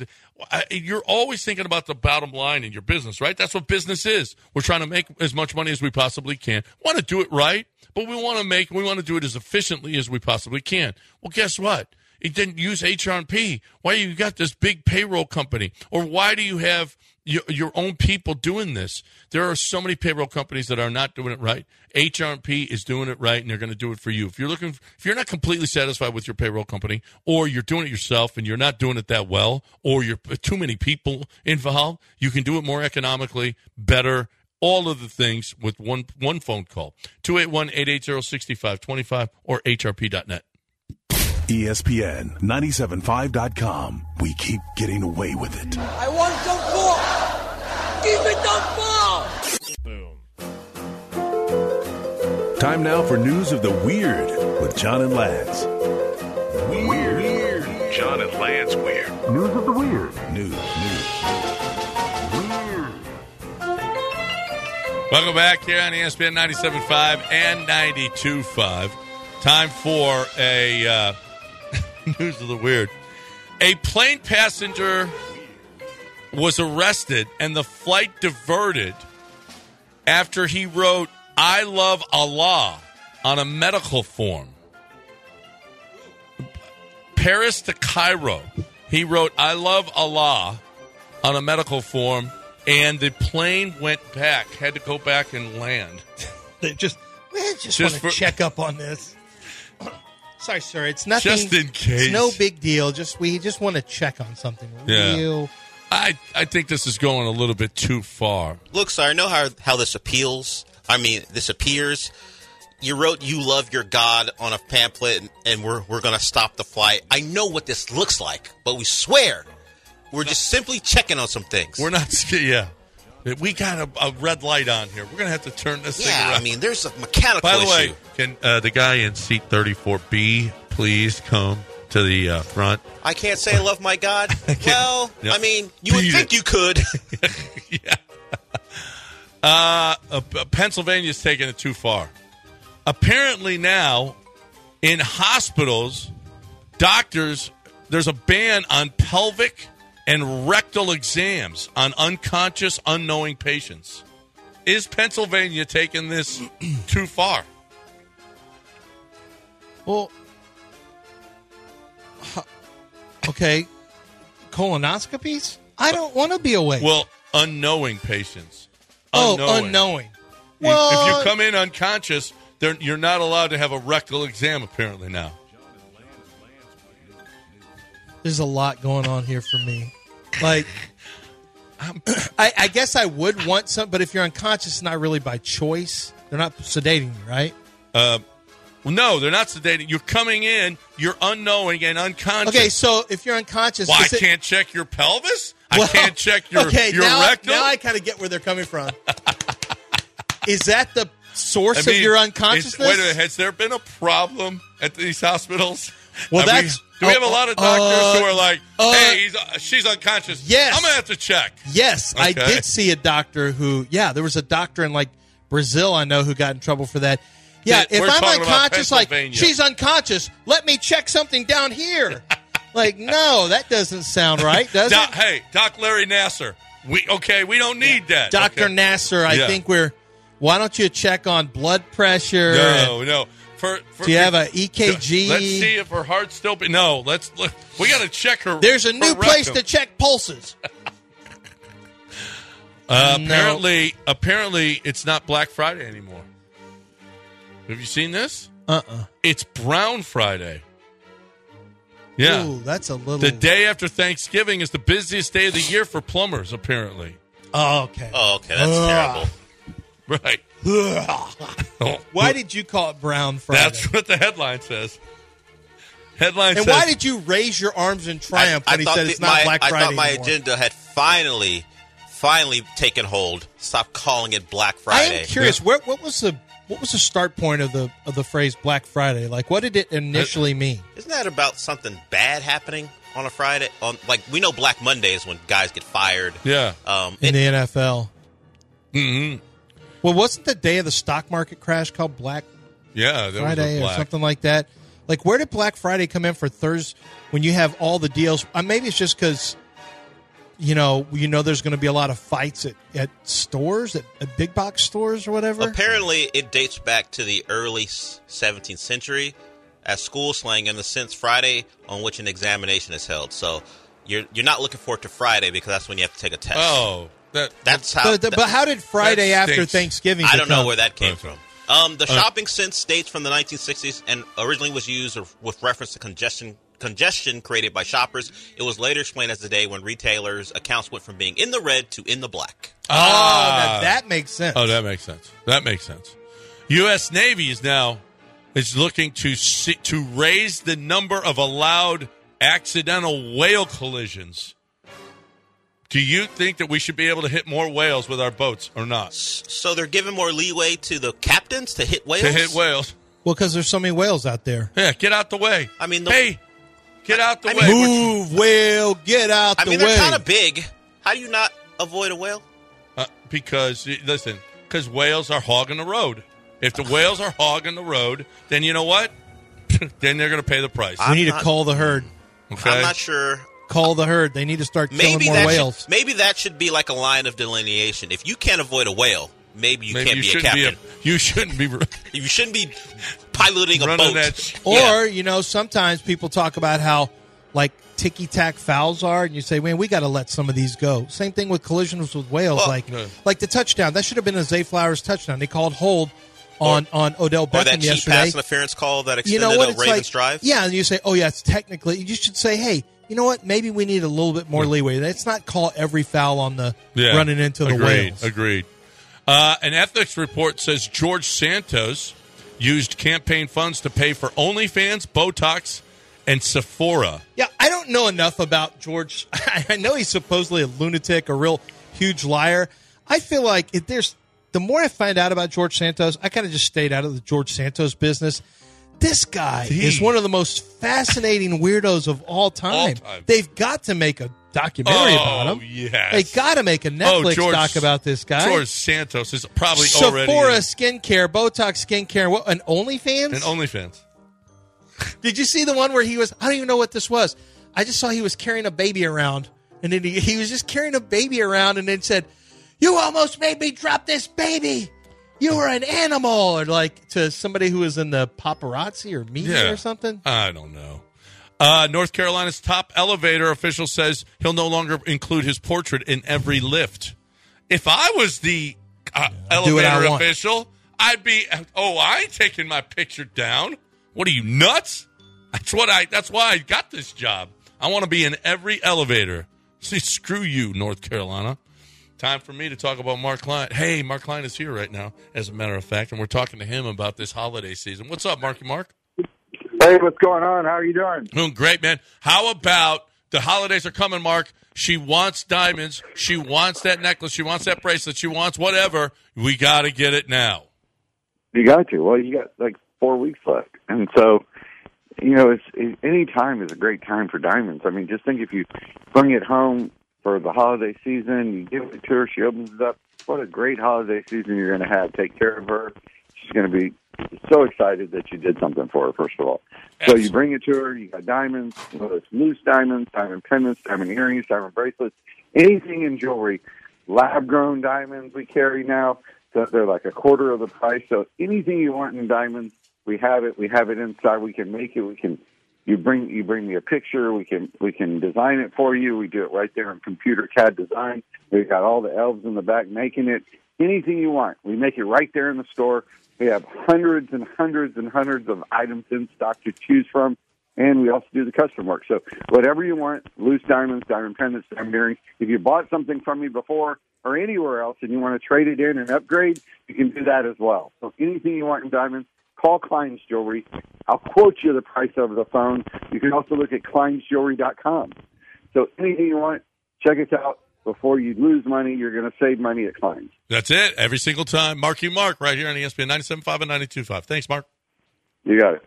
I- you're always thinking about the bottom line in your business, right? That's what business is. We're trying to make as much money as we possibly can. Want to do it right, but we want to make we want to do it as efficiently as we possibly can. Well, guess what? It didn't use HRP. Why you got this big payroll company? Or why do you have your, your own people doing this? There are so many payroll companies that are not doing it right. HRP is doing it right, and they're going to do it for you. If you're looking, if you're not completely satisfied with your payroll company, or you're doing it yourself and you're not doing it that well, or you're too many people involved, you can do it more economically, better, all of the things with one one phone call. 281-880-6525 or hrp.net. E ESPN 975.com. We keep getting away with it. I want the ball. Give me the ball. Time now for news of the weird with John and Lance. Weird. John and Lance Weird. News of the weird. News, news. Welcome back here on E ESPN 97.5 and 92.5. Time for a uh, news of the weird. A plane passenger was arrested and the flight diverted after he wrote, I love Allah on a medical form. Paris to Cairo. He wrote, I love Allah on a medical form, and the plane went back, had to go back and land. They just, we just, Just want to for- check up on this. Sorry, sir. It's nothing. Just in case. It's no big deal. Just we just want to check on something Yeah. real. I, I think this is going a little bit too far. Look, sir, I know how how this appeals. I mean, this appears. You wrote "You love your God" on a pamphlet, and, and we're we're gonna stop the flight. I know what this looks like, but we swear, we're just simply checking on some things. We're not, yeah. We got a, a red light on here. We're going to have to turn this thing Yeah, around. I mean, there's a mechanical By the issue. way, can uh, the guy in seat 34B please come to the uh, front? I can't say I love my God. well, No. I mean, you would Beat think you could. Uh, uh, P- Pennsylvania's taking it too far. Apparently now, in hospitals, doctors there's a ban on pelvic and rectal exams on unconscious, unknowing patients. Is Pennsylvania taking this too far? Well, huh, okay. Colonoscopies. I don't want to be awake. Well, unknowing patients. oh, Unknowing. unknowing. If- if Well- you come in unconscious, they're- you're not allowed to have a rectal exam. Apparently now. There's a lot going on here for me. Like, I, I guess I would want some, but if you're unconscious, not really by choice. They're not sedating you, right? Uh, well, no, they're not sedating. You're coming in, you're unknowing and unconscious. Okay, so if you're unconscious, well, I is it- can't check your pelvis. I Well, can't check your okay, your now, rectum. Now I kind of get where they're coming from. is that the source I mean, of your is- unconsciousness? Wait a minute, has there been a problem at these hospitals? Well, Have we- that's Do we have a lot of doctors who are like, oh, uh, "Hey, he's, uh, she's unconscious. Yes. I'm gonna have to check." Yes, I Okay. did see a doctor who. Yeah, there was a doctor in like Brazil I know who got in trouble for that. Yeah, Yeah, if we're I'm talking about unconscious, like Pennsylvania. she's unconscious, let me check something down here. like, no, that doesn't sound right, does Doc, it? Hey, Doc Larry Nasser. We okay? We don't need that, Doctor Okay. Nasser, I Yeah. think we're. Why don't you check on blood pressure? No, and- no. For, for, Do you have a E EKG? Let's see if her heart's still. Be- no, let's. Look, we got to check her. There's a her new place rectum. to check pulses. Uh, No. apparently, apparently, it's not Black Friday anymore. Have you seen this? Uh uh It's Brown Friday. Yeah, Ooh, that's a little. the day after Thanksgiving is the busiest day of the year for plumbers. Apparently, oh, okay. Oh, okay, that's Ah. Ugh. right? Oh, Why did you call it Brown Friday? That's what the headline says. Headline and says. why did you raise your arms in triumph when he thought said the- it's not my, Black I Friday thought my anymore? agenda had finally, finally taken hold. Stop calling it Black I Friday. am curious. Where, what was the what was the start point of the of the phrase Black Friday? Like, what did it Uh, initially mean? Isn't that about something bad happening on a Friday? On like we know Black Monday is when guys get fired. Yeah. Um, in it- Mm-hmm. the NFL? Mhm. Well, wasn't the day of the stock market crash called Black Yeah, that was Friday a or black. something like that? Like, where did Black Friday come in for Thursday when you have all the deals? Uh, maybe it's just because you know you know there's going to be a lot of fights at, at stores at, at big box stores or whatever. Apparently, it dates back to the early s- 17th century as school slang in the sense Friday on which an examination is held. So you're you're not looking forward to Friday because that's when you have to take a test. Oh, that that's how. But, but how did Friday that after stinks. Thanksgiving? I don't know uh, become- where that came from. Um, the shopping sense dates from the 1960s and originally was used with reference to congestion congestion created by shoppers. It was later explained as the day when retailers' accounts went from being in the red to in the black. Oh, now that makes sense. Oh, that makes sense. That makes sense. U.S. Navy is now is looking to see, to raise the number of allowed accidental whale collisions. Do you think that we should be able to hit more whales with our boats or not? So they're giving more leeway to the captains to hit whales. To hit whales, Well, because there's so many whales out there. yeah, get out the way. I mean, the- hey, get out the way. Move, whale, get out I the mean, way. they're kind of big. How do you not avoid a whale? Uh, because y- listen, because whales are hogging the road. If the whales are hogging the road, then you know what? then they're going to pay the price. we need I'm not- to call the herd. Okay. I'm not sure. Call the herd. They need to start killing Maybe more that whales. Should, maybe that should be like a line of delineation. If you can't avoid a whale, maybe you Maybe can't you be a shouldn't captain. you shouldn't be. you shouldn't be piloting a Running boat. that sh- Or Yeah. you know, sometimes people talk about how like ticky tack fouls are, and you say, "Man, we got to let some of these go." Same thing with collisions with whales, Well- like Yeah. like the touchdown that should have been a Zay Flowers touchdown. They called hold on on Odell or that Beckham cheap yesterday. pass interference call that You extended know what? a It's Ravens like, drive. yeah, and you say, "Oh yeah, it's technically." You should say, "Hey, you know what? Maybe we need a little bit more leeway. Let's not call every foul on the Yeah. running into the agreed, whales." Agreed. Uh, an ethics report says George Santos used campaign funds to pay for OnlyFans, Botox, and Sephora. Yeah, I don't know enough about George. I know he's supposedly a lunatic, a real huge liar. I feel like if there's the more I find out about George Santos, I kind of just stayed out of the George Santos business. This guy He- is one of the most fascinating weirdos of all time. All time. They've got to make a documentary about Oh, him. yes. Oh, They got to make a Netflix George- doc about this guy. George Santos is probably already Sephora in, skincare, Botox skincare, and what, and OnlyFans? in OnlyFans. Did you see the one where he was? I don't even know what this was. I just saw he was carrying a baby around, and then he, he was just carrying a baby around, and then said, "You almost made me drop this baby. You were an animal," or like to somebody who was in the paparazzi or media Yeah. or something. I don't know. Uh, North Carolina's top elevator official says he'll no longer include his portrait in every lift. If I was the uh, do what I elevator want. official, I'd be. Oh, I ain't taking my picture down. What are you nuts? That's what I. That's why I got this job. I want to be in every elevator. See, screw you, North Carolina. Time for me to talk about Mark Klein. Hey, Mark Klein is here right now, as a matter of fact, and we're talking to him about this holiday season. What's up, Marky Mark? Hey, what's going on? How are you doing? Doing great, man. How about the holidays are coming, Mark? She wants diamonds. She wants that necklace. She wants that bracelet. She wants whatever. We got to get it now. You got to. Well, you got like four weeks left, and so you know, it's it, any time is a great time for diamonds. I mean, just think if you bring it home for the holiday season, you give it to her, she opens it up. What a great holiday season you're going to have. Take care of her. She's going to be so excited that you did something for her. First of all, so you bring it to her. You got diamonds, whether it's loose diamonds, diamond pendants, diamond earrings, diamond bracelets, anything in jewelry. Lab grown diamonds we carry now. So they're like a quarter of the price. So anything you want in diamonds, we have it. We have it inside. We can make it. We can. You bring you bring me a picture. We can we can design it for you. We do it right there in computer CAD design. We've got all the elves in the back making it. Anything you want, we make it right there in the store. We have hundreds and hundreds and hundreds of items in stock to choose from, and we also do the custom work. So whatever you want, loose diamonds, diamond pendants, diamond earrings. If you bought something from me before or anywhere else and you want to trade it in and upgrade, you can do that as well. So anything you want in diamonds, call Klein's Jewelry. I'll quote you the price over the phone. You can also look at kleinsjewelry.com. So anything you want, check us out. Before you lose money, you're going to save money at Klein's. That's it. Every single time. Marky Mark right here on E ESPN 97.5 and 92.5. Thanks, Mark. You got it.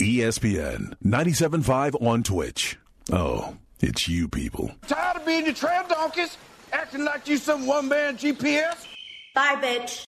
E ESPN 97.5 on Twitch. Oh, it's you people. Tired of being your trail donkeys? Acting like you some one man GPS? Bye, bitch.